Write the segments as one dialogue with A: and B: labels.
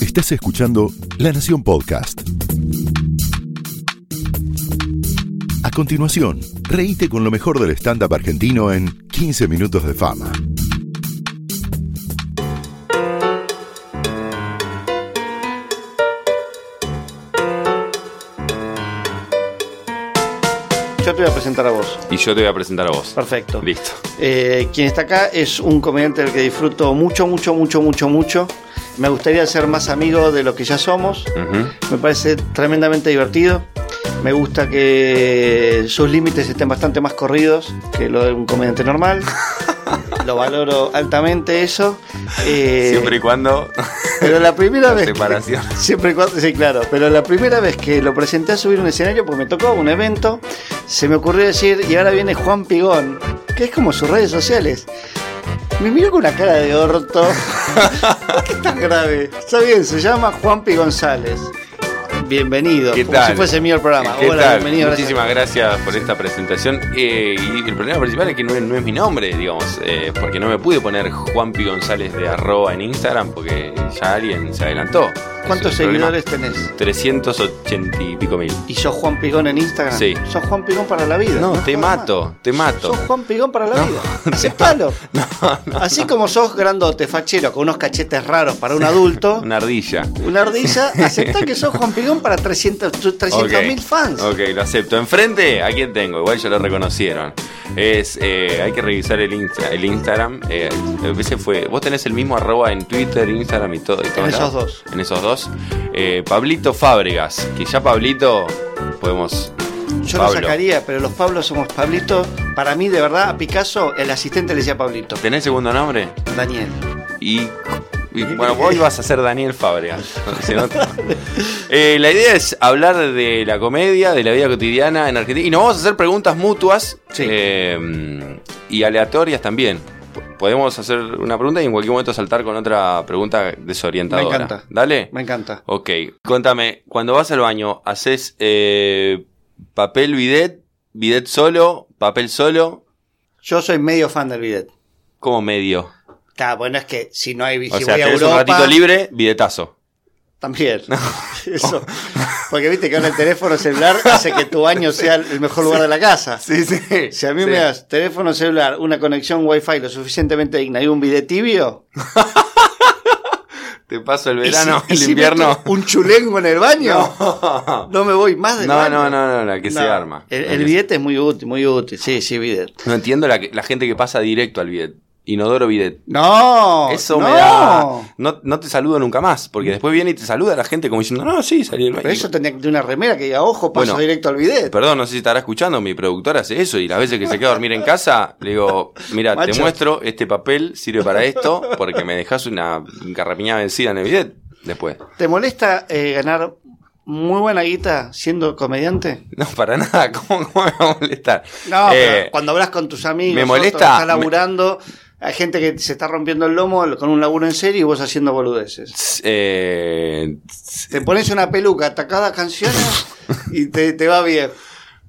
A: Estás escuchando La Nación Podcast. A continuación, reíte con lo mejor del stand-up argentino en 15 minutos de fama.
B: Yo te voy a presentar a vos.
C: Y yo te voy a presentar a vos.
B: Perfecto.
C: Listo.
B: Eh, quien está acá es un comediante del que disfruto mucho, mucho, mucho, mucho, mucho. Me gustaría ser más amigo de lo que ya somos.
C: Ujú.
B: Me parece tremendamente divertido. Me gusta que sus límites estén bastante más corridos que lo de un comediante normal. Lo valoro altamente eso. Eh,
C: Siempre y cuando.
B: Pero la primera
C: La
B: vez.
C: separación.
B: Que, siempre y cuando- sí, claro. Pero la primera vez que lo presenté a subir un escenario, porque me tocó un evento, se me ocurrió decir, y ahora viene Juan Pigón, que es como sus redes sociales. Me miró con una cara de orto. ¿Por qué es tan grave? Está bien, se llama Juan P. González. Bienvenido.
C: ¿Qué
B: Como
C: tal?
B: si fuese mío el programa.
C: ¿Qué
B: Hola,
C: tal?
B: bienvenido. gracias.
C: Muchísimas gracias, por esta presentación. Eh, y el problema principal es que no es, no es mi nombre, digamos, eh, porque no me pude poner Juanpi González de arroba en Instagram porque ya alguien se adelantó.
B: ¿Cuántos
C: Ese es el
B: seguidores tenés?
C: problema. 380 y pico mil.
B: ¿Y sos Juan Pigón en Instagram?
C: Sí.
B: Sos Juan Pigón para la vida.
C: No, te
B: jodas
C: mato,
B: más.
C: te mato.
B: Sos Juan Pigón para la
C: No,
B: vida. Aceptalo. Así como sos grandote, fachero, con unos cachetes raros para un adulto,
C: Una ardilla.
B: una ardilla, aceptá que sos Juan Pigón para 300 mil
C: Ok,
B: fans.
C: Ok, lo acepto. Enfrente, ¿a quién tengo? Igual ya lo reconocieron. Es, eh, hay que revisar el, Insta- el Instagram. eh, a veces fue. Vos tenés el mismo arroba en Twitter, Instagram y todo. y todo,
B: En esos
C: ¿no?
B: dos.
C: En esos dos. Eh, Pablito Fábregas, que ya Pablito podemos.
B: Yo
C: Pablo.
B: lo sacaría, pero los Pablos somos Pablito. Para mí, de verdad, a Picasso, el asistente le decía Pablito.
C: ¿Tenés segundo nombre?
B: Daniel.
C: Y, y, bueno, hoy vas a ser Daniel Fábregas. se nota. Eh, la idea es hablar de la comedia, de la vida cotidiana en Argentina. Y nos vamos a hacer preguntas mutuas
B: Sí.
C: eh, y aleatorias también. P- Podemos hacer una pregunta y en cualquier momento saltar con otra pregunta desorientadora.
B: Me encanta.
C: Dale.
B: Me encanta.
C: Ok. Contame, cuando vas al baño, ¿haces eh, papel bidet, bidet solo, papel solo,
B: Yo soy medio fan del bidet.
C: como medio?
B: Claro, bueno, es que si no hay
C: O
B: si
C: sea,
B: voy a
C: tenés
B: Europa,
C: un ratito libre, bidetazo.
B: También. Eso. Porque viste que ahora el teléfono celular hace que tu baño sea el mejor lugar de la casa.
C: Sí, sí.
B: Si a mí
C: Sí.
B: me das teléfono celular, una conexión wifi lo suficientemente digna y un bidet tibio.
C: Te paso
B: y
C: el
B: si-
C: verano,
B: y
C: el
B: si
C: invierno.
B: meto Un chulengo en el baño.
C: No,
B: No, me voy más del
C: no,
B: baño.
C: no, no, la que se
B: No.
C: arma.
B: El,
C: La
B: el
C: que se-
B: bidet es muy útil, muy útil. Sí, sí, bidet.
C: No entiendo la, que- la gente que pasa directo al bidet. Inodoro bidet.
B: No.
C: Eso
B: no. Mm.
C: me da. No, no te saludo nunca más, porque después viene y te saluda la gente como diciendo, no, sí, salí del baño.
B: Pero eso tendría que tener una remera que diga, ojo, paso
C: Bueno.
B: directo al bidet.
C: Perdón, no sé si estará escuchando, mi productora hace eso y las veces que se queda a dormir en casa, le digo, mira, te
B: Macho.
C: muestro, este papel sirve para esto, porque me dejas una garrapiñada vencida en el bidet después.
B: ¿Te molesta eh, ganar muy buena guita siendo comediante?
C: No, para nada, ¿cómo, cómo me va a molestar?
B: No,
C: Eh,
B: pero cuando hablas con tus amigos,
C: me
B: otros,
C: molesta-
B: estás laburando, hay gente que se está rompiendo el lomo con un laburo en serio y vos haciendo boludeces.
C: Eh,
B: Te pones una peluca, tacada canciones y te, te va bien.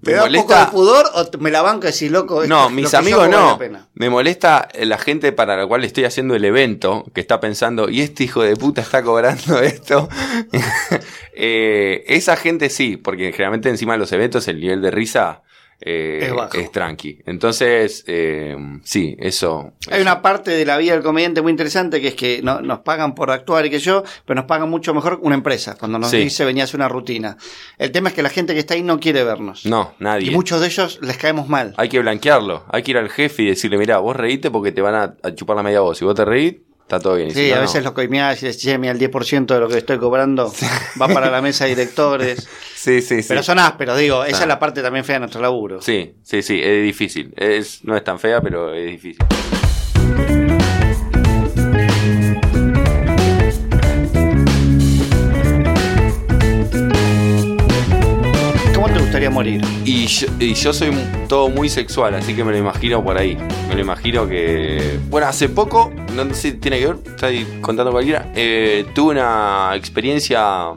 B: ¿Te
C: Me
B: da
C: molesta-
B: poco de pudor o te- me la banca y decís, loco? esto-
C: no,
B: lo
C: mis
B: que yo
C: amigos
B: hago vale
C: no.
B: la pena"?
C: Me molesta eh, la gente para la cual estoy haciendo el evento, que está pensando, y este hijo de puta está cobrando esto. Eh, esa gente sí, porque generalmente encima de los eventos el nivel de risa eh,
B: Es bajo.
C: tranqui. Entonces, eh, sí, eso.
B: Hay una parte de la vida del comediante muy interesante que es que no- nos pagan por actuar y que yo, pero nos pagan mucho mejor una empresa cuando nos
C: Sí.
B: dice venías una rutina. El tema es que la gente que está ahí no quiere vernos.
C: No,
B: Y
C: nadie.
B: muchos de ellos les caemos mal.
C: Hay que blanquearlo. Hay que ir al jefe y decirle, mira, vos reíte porque te van a, a chupar la media voz. Si vos te reís, está todo bien. Y
B: Sí,
C: si no,
B: a
C: no.
B: veces los coimeás y decís, che, mira, el 10% de lo que estoy cobrando va para la mesa de directores.
C: Sí, sí, sí.
B: Pero son ásperos, digo, esa
C: Ah.
B: es la parte también fea de nuestro laburo.
C: Sí, sí, sí, es difícil. Es, no es tan fea, pero es difícil.
B: ¿Cómo te gustaría morir?
C: Y yo, y yo soy todo muy sexual, así que me lo imagino por ahí. Me lo imagino que. Bueno, hace poco, no sé si tiene que ver, estoy contando cualquiera. eh, tuve una experiencia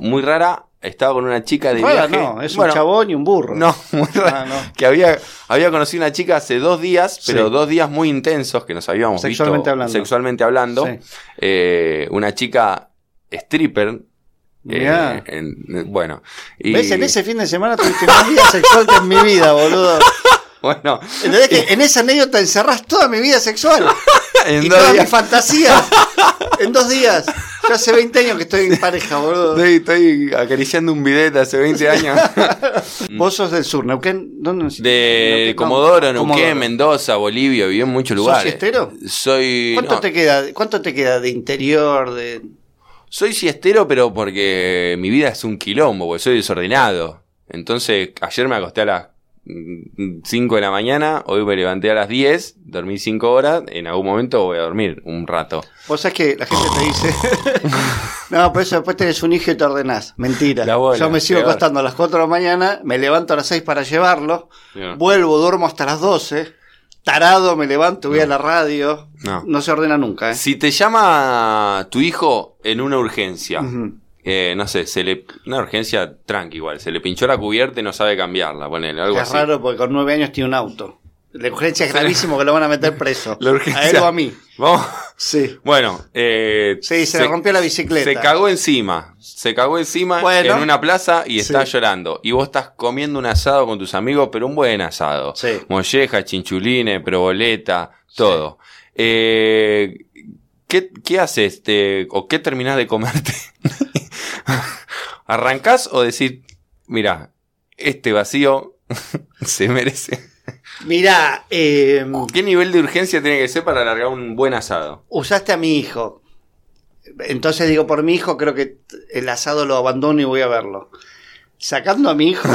C: muy rara. Estaba con una chica de
B: Rara,
C: viaje.
B: no, es
C: Bueno,
B: un chabón y un burro.
C: No, muy rara.
B: Ah, no.
C: Que había, había conocido una chica hace dos días, pero
B: Sí.
C: dos días muy intensos que nos habíamos
B: Sexualmente
C: visto
B: hablando.
C: sexualmente hablando.
B: Sí.
C: Eh, una chica stripper. eh,
B: Mirá.
C: en- en- bueno, y,
B: ¿Ves? En ese fin de semana tuviste más vida sexual que en mi vida, boludo.
C: bueno,
B: ¿Entendés que en esa anécdota encerrás toda mi vida sexual?
C: en
B: y
C: dos
B: toda mi
C: días-
B: fantasía. En dos días. Yo hace 20 años que estoy en pareja, boludo.
C: estoy, estoy acariciando un bidet de hace 20 años.
B: Vos sos del sur, Neuquén. ¿Dónde naciste?
C: De
B: Neuquén, no.
C: Comodoro, Neuquén,
B: Comodoro.
C: Mendoza, Bolivia, viví en muchos
B: ¿Sos
C: lugares.
B: siestero?
C: Soy.
B: ¿Cuánto,
C: no,
B: te queda, ¿Cuánto te queda de interior? De...
C: Soy siestero, pero porque mi vida es un quilombo, porque soy desordenado. Entonces, ayer me acosté a las 5 de la mañana, hoy me levanté a las 10, dormí 5 horas, en algún momento voy a dormir un rato.
B: Vos sabés que la gente te dice. no, por eso después tenés un hijo y te ordenás. Mentira.
C: La bola,
B: Yo me sigo
C: peor.
B: acostando a las 4 de la mañana, me levanto a las 6 para llevarlo,
C: Bien.
B: vuelvo, duermo hasta las 12. Tarado, me levanto, voy a la radio.
C: No.
B: No, se ordena nunca, ¿eh?
C: Si te llama tu hijo en una urgencia,
B: Ujú.
C: eh, no sé, se le, una urgencia tranqui igual, se le pinchó la cubierta y no sabe cambiarla, ponele, algo
B: Es
C: así.
B: raro porque con 9 años tiene un auto. La urgencia es gravísimo que lo van a meter preso.
C: La urgencia.
B: A él o a mí.
C: Vamos.
B: Sí.
C: Bueno, eh,
B: Sí, se, le rompió la bicicleta.
C: Se cagó encima. Se cagó encima
B: Bueno.
C: en una plaza y está
B: Sí.
C: llorando. Y vos estás comiendo un asado con tus amigos, pero un buen asado.
B: Sí.
C: Molleja, chinchulines, proboleta, todo. Eh, ¿qué, qué haces? Te- ¿O qué terminás de comerte? ¿Arrancás o decís, mira, este vacío se merece?
B: Mirá, eh,
C: ¿Qué nivel de urgencia tiene que ser para alargar un buen asado?
B: usaste a mi hijo. Entonces digo, por mi hijo creo que t- el asado lo abandono y voy a verlo. Sacando a mi hijo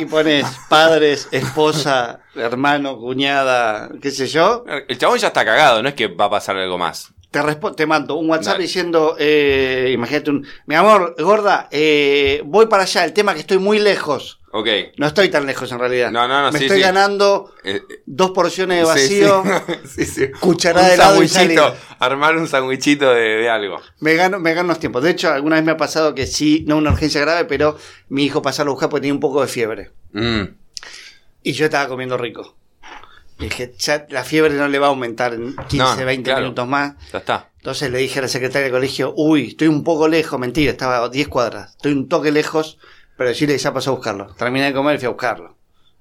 B: y pones padres, esposa, hermano, cuñada, qué sé yo,
C: El chabón ya está cagado, no es que va a pasar algo más.
B: te, respo- te mando un WhatsApp
C: Dale.
B: diciendo, eh, imagínate un, mi amor, gorda, eh, voy para allá, el tema es que estoy muy lejos.
C: Ok. Eh,
B: No estoy tan lejos en realidad.
C: No, no, no,
B: Me
C: sí,
B: estoy
C: sí.
B: ganando
C: Eh,
B: dos porciones de
C: sí,
B: vacío.
C: sí. Sí, sí.
B: cucharada
C: Un
B: de helado y
C: sandwichito,
B: salida.
C: Armar un sandwichito de, de algo.
B: Me gano, me gano los tiempos. De hecho, alguna vez me ha pasado que sí, no una urgencia grave, pero mi hijo pasó a buscar porque tenía un poco de fiebre.
C: Mm.
B: Y yo estaba comiendo rico. Y dije, ya la fiebre no le va a aumentar en 15,
C: No,
B: 20
C: claro.
B: minutos más.
C: Ya está.
B: Entonces le dije a la secretaria del colegio, uy, estoy un poco lejos, mentira, estaba a 10 cuadras, estoy un toque lejos, pero decirle que ya pasó a buscarlo. Terminé de comer y fui a buscarlo.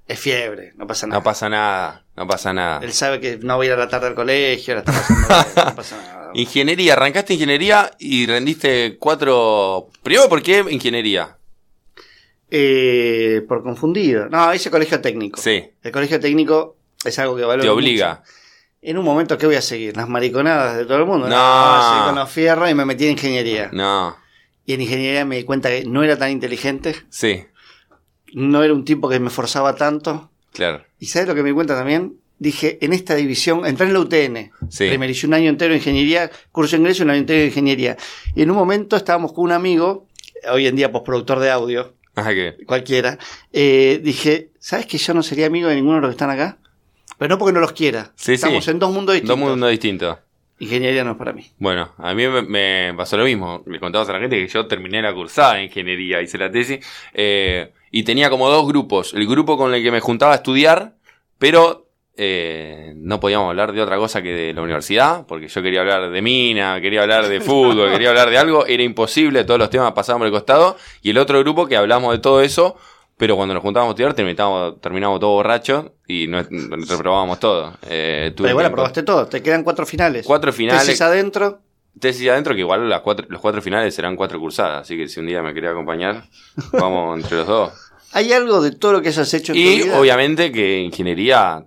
B: Es fiebre, no pasa nada.
C: No pasa nada. No pasa nada.
B: Él sabe que no voy a ir a la tarde al colegio, la está pasando bien, no pasa nada.
C: Ingeniería. Arrancaste ingeniería y rendiste cuatro. Primero, ¿por qué ingeniería?
B: Eh, por confundido. No, ese colegio técnico.
C: Sí.
B: El colegio técnico es algo que valoro.
C: Te obliga.
B: mucho. En un momento, ¿qué voy a seguir? Las mariconadas de todo el mundo. voy
C: No.
B: a seguir con los fierros y me metí en ingeniería.
C: No.
B: Y en ingeniería me di cuenta que no era tan inteligente,
C: Sí.
B: no era un tipo que me forzaba tanto.
C: Claro.
B: ¿Y sabes lo que me di cuenta también? Dije, en esta división, entré en la UTN.
C: Sí.
B: Primero hice un año entero de ingeniería, curso de ingreso y un año entero de ingeniería. Y en un momento estábamos con un amigo, hoy en día postproductor de audio,
C: Ajá, que.
B: cualquiera, eh, dije, ¿sabes que yo no sería amigo de ninguno de los que están acá? Pero no porque no los quiera.
C: Sí,
B: Estamos
C: sí.
B: en dos mundos distintos.
C: Dos mundos distintos.
B: Ingeniería no es para mí.
C: Bueno, a mí me, me pasó lo mismo. Le contabas a la gente que yo terminé la cursada de ingeniería, hice la tesis, eh, y tenía como dos grupos. El grupo con el que me juntaba a estudiar, pero eh, no podíamos hablar de otra cosa que de la universidad, porque yo quería hablar de mina, quería hablar de fútbol, quería hablar de algo. Era imposible, todos los temas pasaban por el costado. Y el otro grupo que hablamos de todo eso, pero cuando nos juntábamos a estudiar terminábamos, terminábamos todos borrachos y no, reprobábamos todo. Eh, tuve
B: Pero igual
C: tiempo-
B: aprobaste todo, te quedan cuatro finales.
C: Cuatro finales
B: Tesis adentro.
C: tesis adentro que igual las cuatro, los cuatro finales serán cuatro cursadas, así que si un día me quería acompañar, vamos entre los dos.
B: ¿Hay algo de todo lo que hayas hecho en
C: Y
B: tu vida?
C: obviamente que ingeniería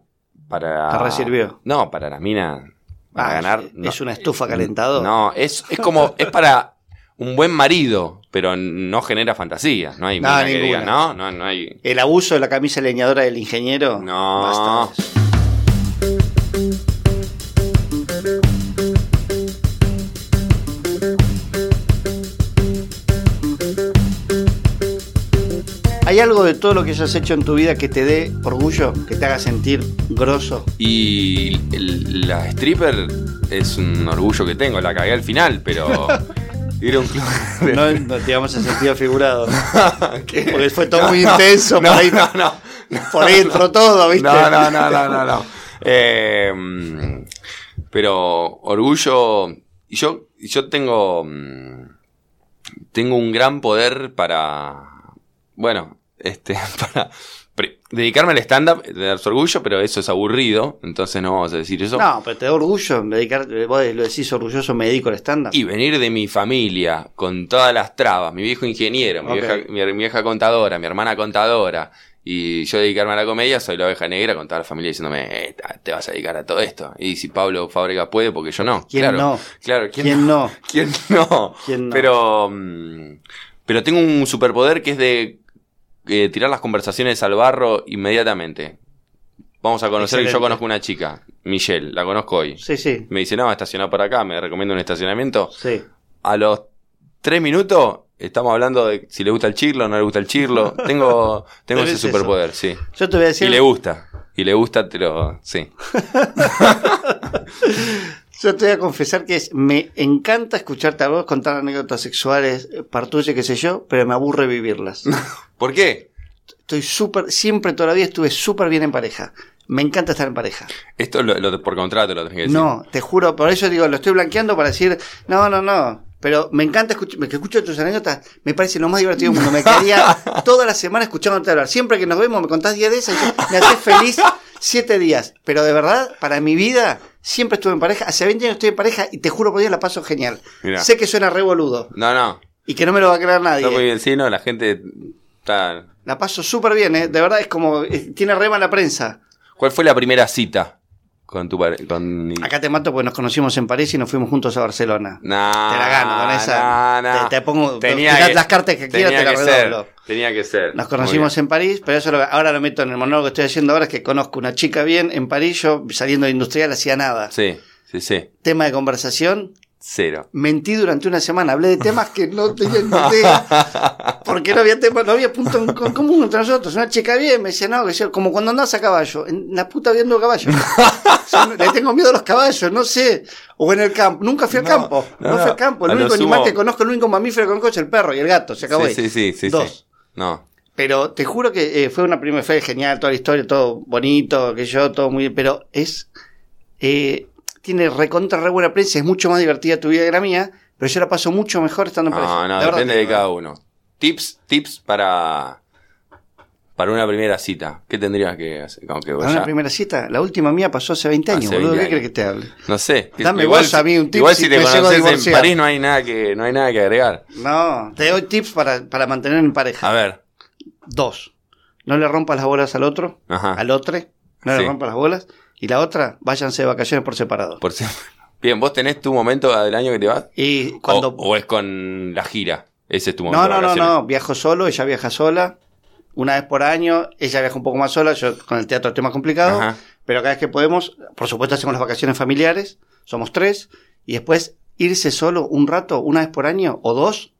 C: para...
B: Te resirvió.
C: No, para las minas, para
B: Ah,
C: ganar...
B: es-
C: no.
B: Es una estufa calentadora.
C: No, es, es como, es para un buen marido, pero no genera fantasía, no hay
B: No,
C: mina que
B: ninguna.
C: diga, no, no, no hay...
B: El abuso de la camisa leñadora del ingeniero.
C: No.
B: Basta. ¿Hay algo de todo lo que hayas hecho en tu vida que te dé orgullo, que te haga sentir grosso?
C: Y el- la stripper es un orgullo que tengo, la cagué al final, pero... Era un club de
B: No, no te vamos a sentido figurado.
C: ¿Qué?
B: Porque fue todo muy intenso,
C: No,
B: por ahí-
C: no, no.
B: Por ahí entró todo, ¿viste?
C: No, no, no, no, no, no. Eh, mm, pero orgullo. y Yo yo tengo. mm, Tengo un gran poder para. Bueno, este. Para. pri- Dedicarme al stand-up, de darse orgullo, pero eso es aburrido, entonces no vamos a decir eso.
B: No, pero te da orgullo dedicar, vos lo decís orgulloso, me dedico al estándar.
C: Y venir de mi familia con todas las trabas, mi viejo ingeniero, mi,
B: Ok.
C: vieja, mi- mi vieja contadora, mi hermana contadora, y yo dedicarme a la comedia, soy la oveja negra con toda la familia diciéndome, "Eh, ta- te vas a dedicar a todo esto. Y si Pablo Fábrega puede, porque yo no.
B: ¿Quién
C: claro,
B: no?
C: Claro, ¿quién,
B: ¿Quién
C: no?
B: no?
C: ¿Quién no?
B: ¿Quién no?
C: Pero, mm, pero tengo un superpoder que es de eh, tirar las conversaciones al barro inmediatamente. Vamos a conocer que yo
B: Excelente.
C: conozco una chica, Michelle, la conozco hoy.
B: Sí, sí,
C: Me dice, no, estacioná por acá, me recomienda un estacionamiento.
B: sí.
C: A los tres minutos estamos hablando de si le gusta el chirlo o no le gusta el chirlo. Tengo,
B: Pero
C: tengo ese
B: es eso.
C: superpoder, sí.
B: Yo te voy a
C: Y
B: decir,
C: le gusta. Y le gusta, te lo. Sí.
B: yo te voy a confesar que es- me encanta escucharte a vos contar anécdotas sexuales, eh, partuche, qué sé yo, pero me aburre vivirlas.
C: ¿Por qué?
B: Estoy súper, siempre todavía estuve súper bien en pareja. Me encanta estar en pareja.
C: Esto lo, lo- por contrato lo tenés que decir.
B: No, te juro, por eso digo, lo estoy blanqueando para decir, no, no, no. Pero me encanta escuchar, que escucho tus anécdotas, me parece lo más divertido del mundo. Me quedaría toda la semana escuchándote hablar. Siempre que nos vemos me contás 10 de esas y yo me haces feliz 7 días. Pero de verdad, para mi vida, siempre estuve en pareja. Hace 20 años estoy en pareja y te juro por Dios la paso genial.
C: Mirá.
B: Sé que suena revoludo
C: No, no.
B: y que no me lo va a creer nadie.
C: Está muy bien, sí, no, la gente está.
B: La paso súper bien, ¿eh? De verdad es como, eh, tiene rema la prensa.
C: ¿Cuál fue la primera cita con tu pareja? Con...
B: Acá te mato porque nos conocimos en París y nos fuimos juntos a Barcelona.
C: Nah,
B: Te la gano con esa.
C: nah, nah.
B: Te- te pongo-
C: Ah, Tenía
B: tirás
C: que-
B: las cartas que quieras,
C: tenía
B: te las
C: que ser,
B: redoblo.
C: Tenía que ser.
B: Nos conocimos
C: Muy
B: en París, pero eso lo- ahora lo meto en el monólogo que estoy haciendo ahora, es que conozco una chica bien en París, yo saliendo de industrial hacía nada.
C: bien. Sí, sí, sí.
B: Tema de conversación,
C: Cero.
B: mentí durante una semana, hablé de temas que no tenía ni idea, porque no había tema, no había punto en co- común entre nosotros. Una chica bien me decía, no, que yo- como cuando andás a caballo, en la puta viendo caballos. Yo no- le tengo miedo a los caballos, no sé. O en el campo, nunca fui al
C: No,
B: campo,
C: no,
B: no,
C: no.
B: fui al campo. El
C: A lo
B: único animal
C: sumo-
B: que conozco, el único mamífero que conozco es el perro y el gato, se acabó
C: Sí,
B: ahí.
C: sí, sí, sí,
B: Dos.
C: sí. No.
B: Pero te juro que eh, fue una primera fue genial, toda la historia, todo bonito, que yo, todo muy bien, pero es eh, tiene recontra re buena prensa, es mucho más divertida tu vida que la mía, pero yo la paso mucho mejor estando en
C: No,
B: pareja.
C: Ah, no,
B: La verdad
C: depende
B: te
C: de
B: digo.
C: cada uno. Tips, tips para para una primera cita. ¿Qué tendrías que hacer? Aunque vos
B: Para
C: pues ya-
B: una primera cita, la última mía pasó hace 20 años,
C: Hace
B: boludo,
C: 20
B: ¿qué crees
C: años.
B: que te hable?
C: No sé.
B: Dame vos
C: si-
B: a mí un tip
C: Igual
B: si
C: si te
B: me llego a
C: conoces en
B: divorciar.
C: París no hay nada que no hay nada que agregar.
B: No, te doy tips para, para mantener en pareja.
C: A ver.
B: Dos, no le rompas las bolas al otro,
C: Ajá.
B: al otro, no
C: Ah. Sí.
B: le rompas las bolas, y la otra, váyanse de vacaciones por separado.
C: Por si- Bien, vos tenés tu momento del año que te vas.
B: Y cuando...
C: O, o es con la gira. Ese es tu momento.
B: No,
C: de
B: no, no,
C: vacaciones.
B: no. Viajo solo, ella viaja sola. Una vez por año, ella viaja un poco más sola. Yo con el teatro es más complicado.
C: Ajá.
B: Pero cada vez que podemos, por supuesto, hacemos las vacaciones familiares. Somos tres. Y después, irse solo un rato, una vez por año o dos,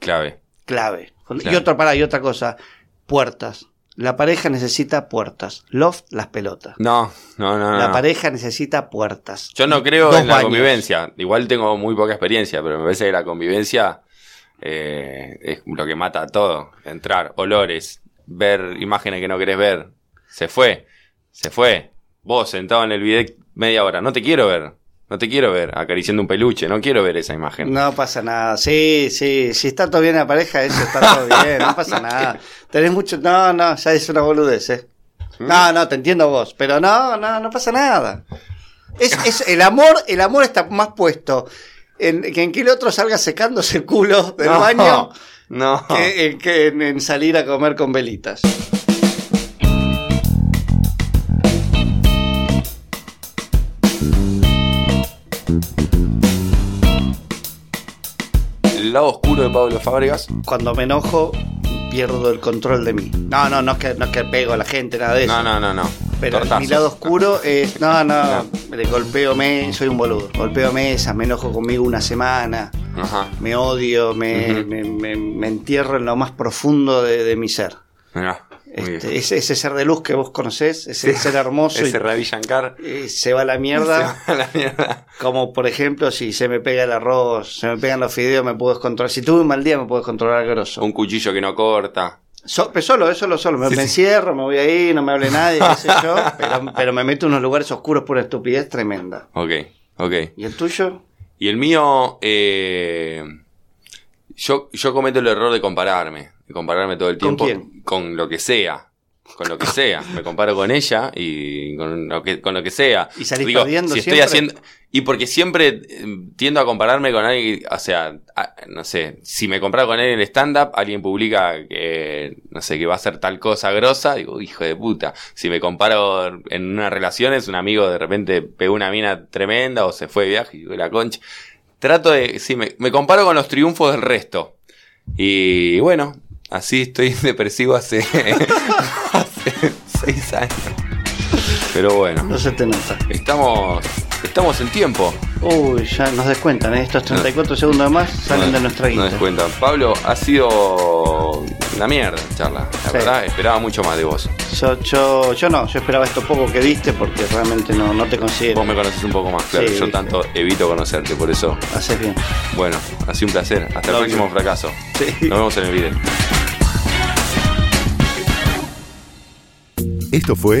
C: Clave.
B: clave. Y
C: Claro.
B: otra pará, y otra cosa. Puertas. La pareja necesita puertas. Loft, las pelotas.
C: No, no, no. no,
B: La
C: no.
B: pareja necesita puertas.
C: Ah. Yo no creo
B: Dos
C: en la
B: baños.
C: convivencia. Igual tengo muy poca experiencia, pero me parece que la convivencia eh, es lo que mata a todo. Entrar, olores, ver imágenes que no querés ver. Se fue, se fue. Vos sentado en el video media hora. No te quiero ver. No te quiero ver acariciando un peluche. No quiero ver esa imagen.
B: No pasa nada. Sí, sí. Si está todo bien la pareja, eso está todo bien. No pasa nada. Tenés mucho. No, no, ya es una boludez, ¿eh? No, no, te entiendo vos. Pero no, no, no pasa nada. Es, es el amor, el amor está más puesto en que en que el otro salga secándose el culo del
C: No,
B: baño
C: No.
B: que, en, que en- en salir a comer con velitas.
C: El lado oscuro de Pablo Fábregas.
B: Cuando me enojo, pierdo el control de mí. No, no, no es que, no es que pego a la gente, nada de eso.
C: No, no, no, no.
B: Pero
C: Tortazo.
B: mi lado oscuro es. No, no, le golpeo me, soy un boludo. Golpeo mesas, me enojo conmigo una semana,
C: Ajá.
B: me odio, me,
C: Ujú.
B: me- me- me entierro en lo más profundo de, de mi ser.
C: Mirá, muy
B: Este,
C: bien.
B: ese, ese ser de luz que vos conocés, ese ser hermoso, y-
C: Ese Ravi Shankar.
B: eh, se va a la mierda.
C: La mierda.
B: Como por ejemplo, si se me pega el arroz, se me pegan los fideos, me puedo descontrolar. Si tuve un mal día, me puedo descontrolar grosso.
C: Un cuchillo que no corta.
B: So- pero solo, eso lo solo. Me,
C: Sí,
B: me
C: sí.
B: encierro, me voy ahí, no me hable nadie, qué sé yo. Pero, pero me meto en unos lugares oscuros por una estupidez tremenda.
C: Ok, ok.
B: ¿Y el tuyo?
C: Y el mío, eh, yo, yo cometo el error de compararme, de compararme todo el
B: ¿Con
C: tiempo
B: quién?
C: con lo que sea. Con lo que sea, me comparo con ella y con lo que, con lo que sea.
B: ¿Y salís
C: Digo,
B: perdiendo
C: si estoy
B: siempre?
C: haciendo Y porque siempre eh, tiendo a compararme con alguien, o sea, a- no sé, si me comparo con él en el stand-up, alguien publica que, no sé, que va a hacer tal cosa grosa, digo, hijo de puta. Si me comparo en unas relaciones, un amigo de repente pegó una mina tremenda o se fue de viaje y digo, la concha. Trato de, sí, me, me comparo con los triunfos del resto. Y bueno, así estoy depresivo hace, hace seis años. Pero bueno.
B: No se te nota.
C: Estamos, estamos en tiempo.
B: Uy, ya nos descuentan, ¿eh? estos 34 segundos de más salen
C: No-
B: de nuestra
C: No
B: guita.
C: des cuenta. Pablo, ha sido una mierda la charla. La
B: Sí.
C: verdad, esperaba mucho más de vos.
B: yo, yo, yo no, yo esperaba esto poco que diste porque realmente no, no te considero.
C: Vos me conoces un poco más, claro.
B: Sí,
C: Yo
B: viste.
C: tanto evito conocerte, por eso.
B: Haces bien.
C: Bueno, ha sido un placer. Hasta
B: Lo
C: el próximo
B: mismo.
C: fracaso.
B: Sí.
C: Nos vemos en el video.
A: Esto fue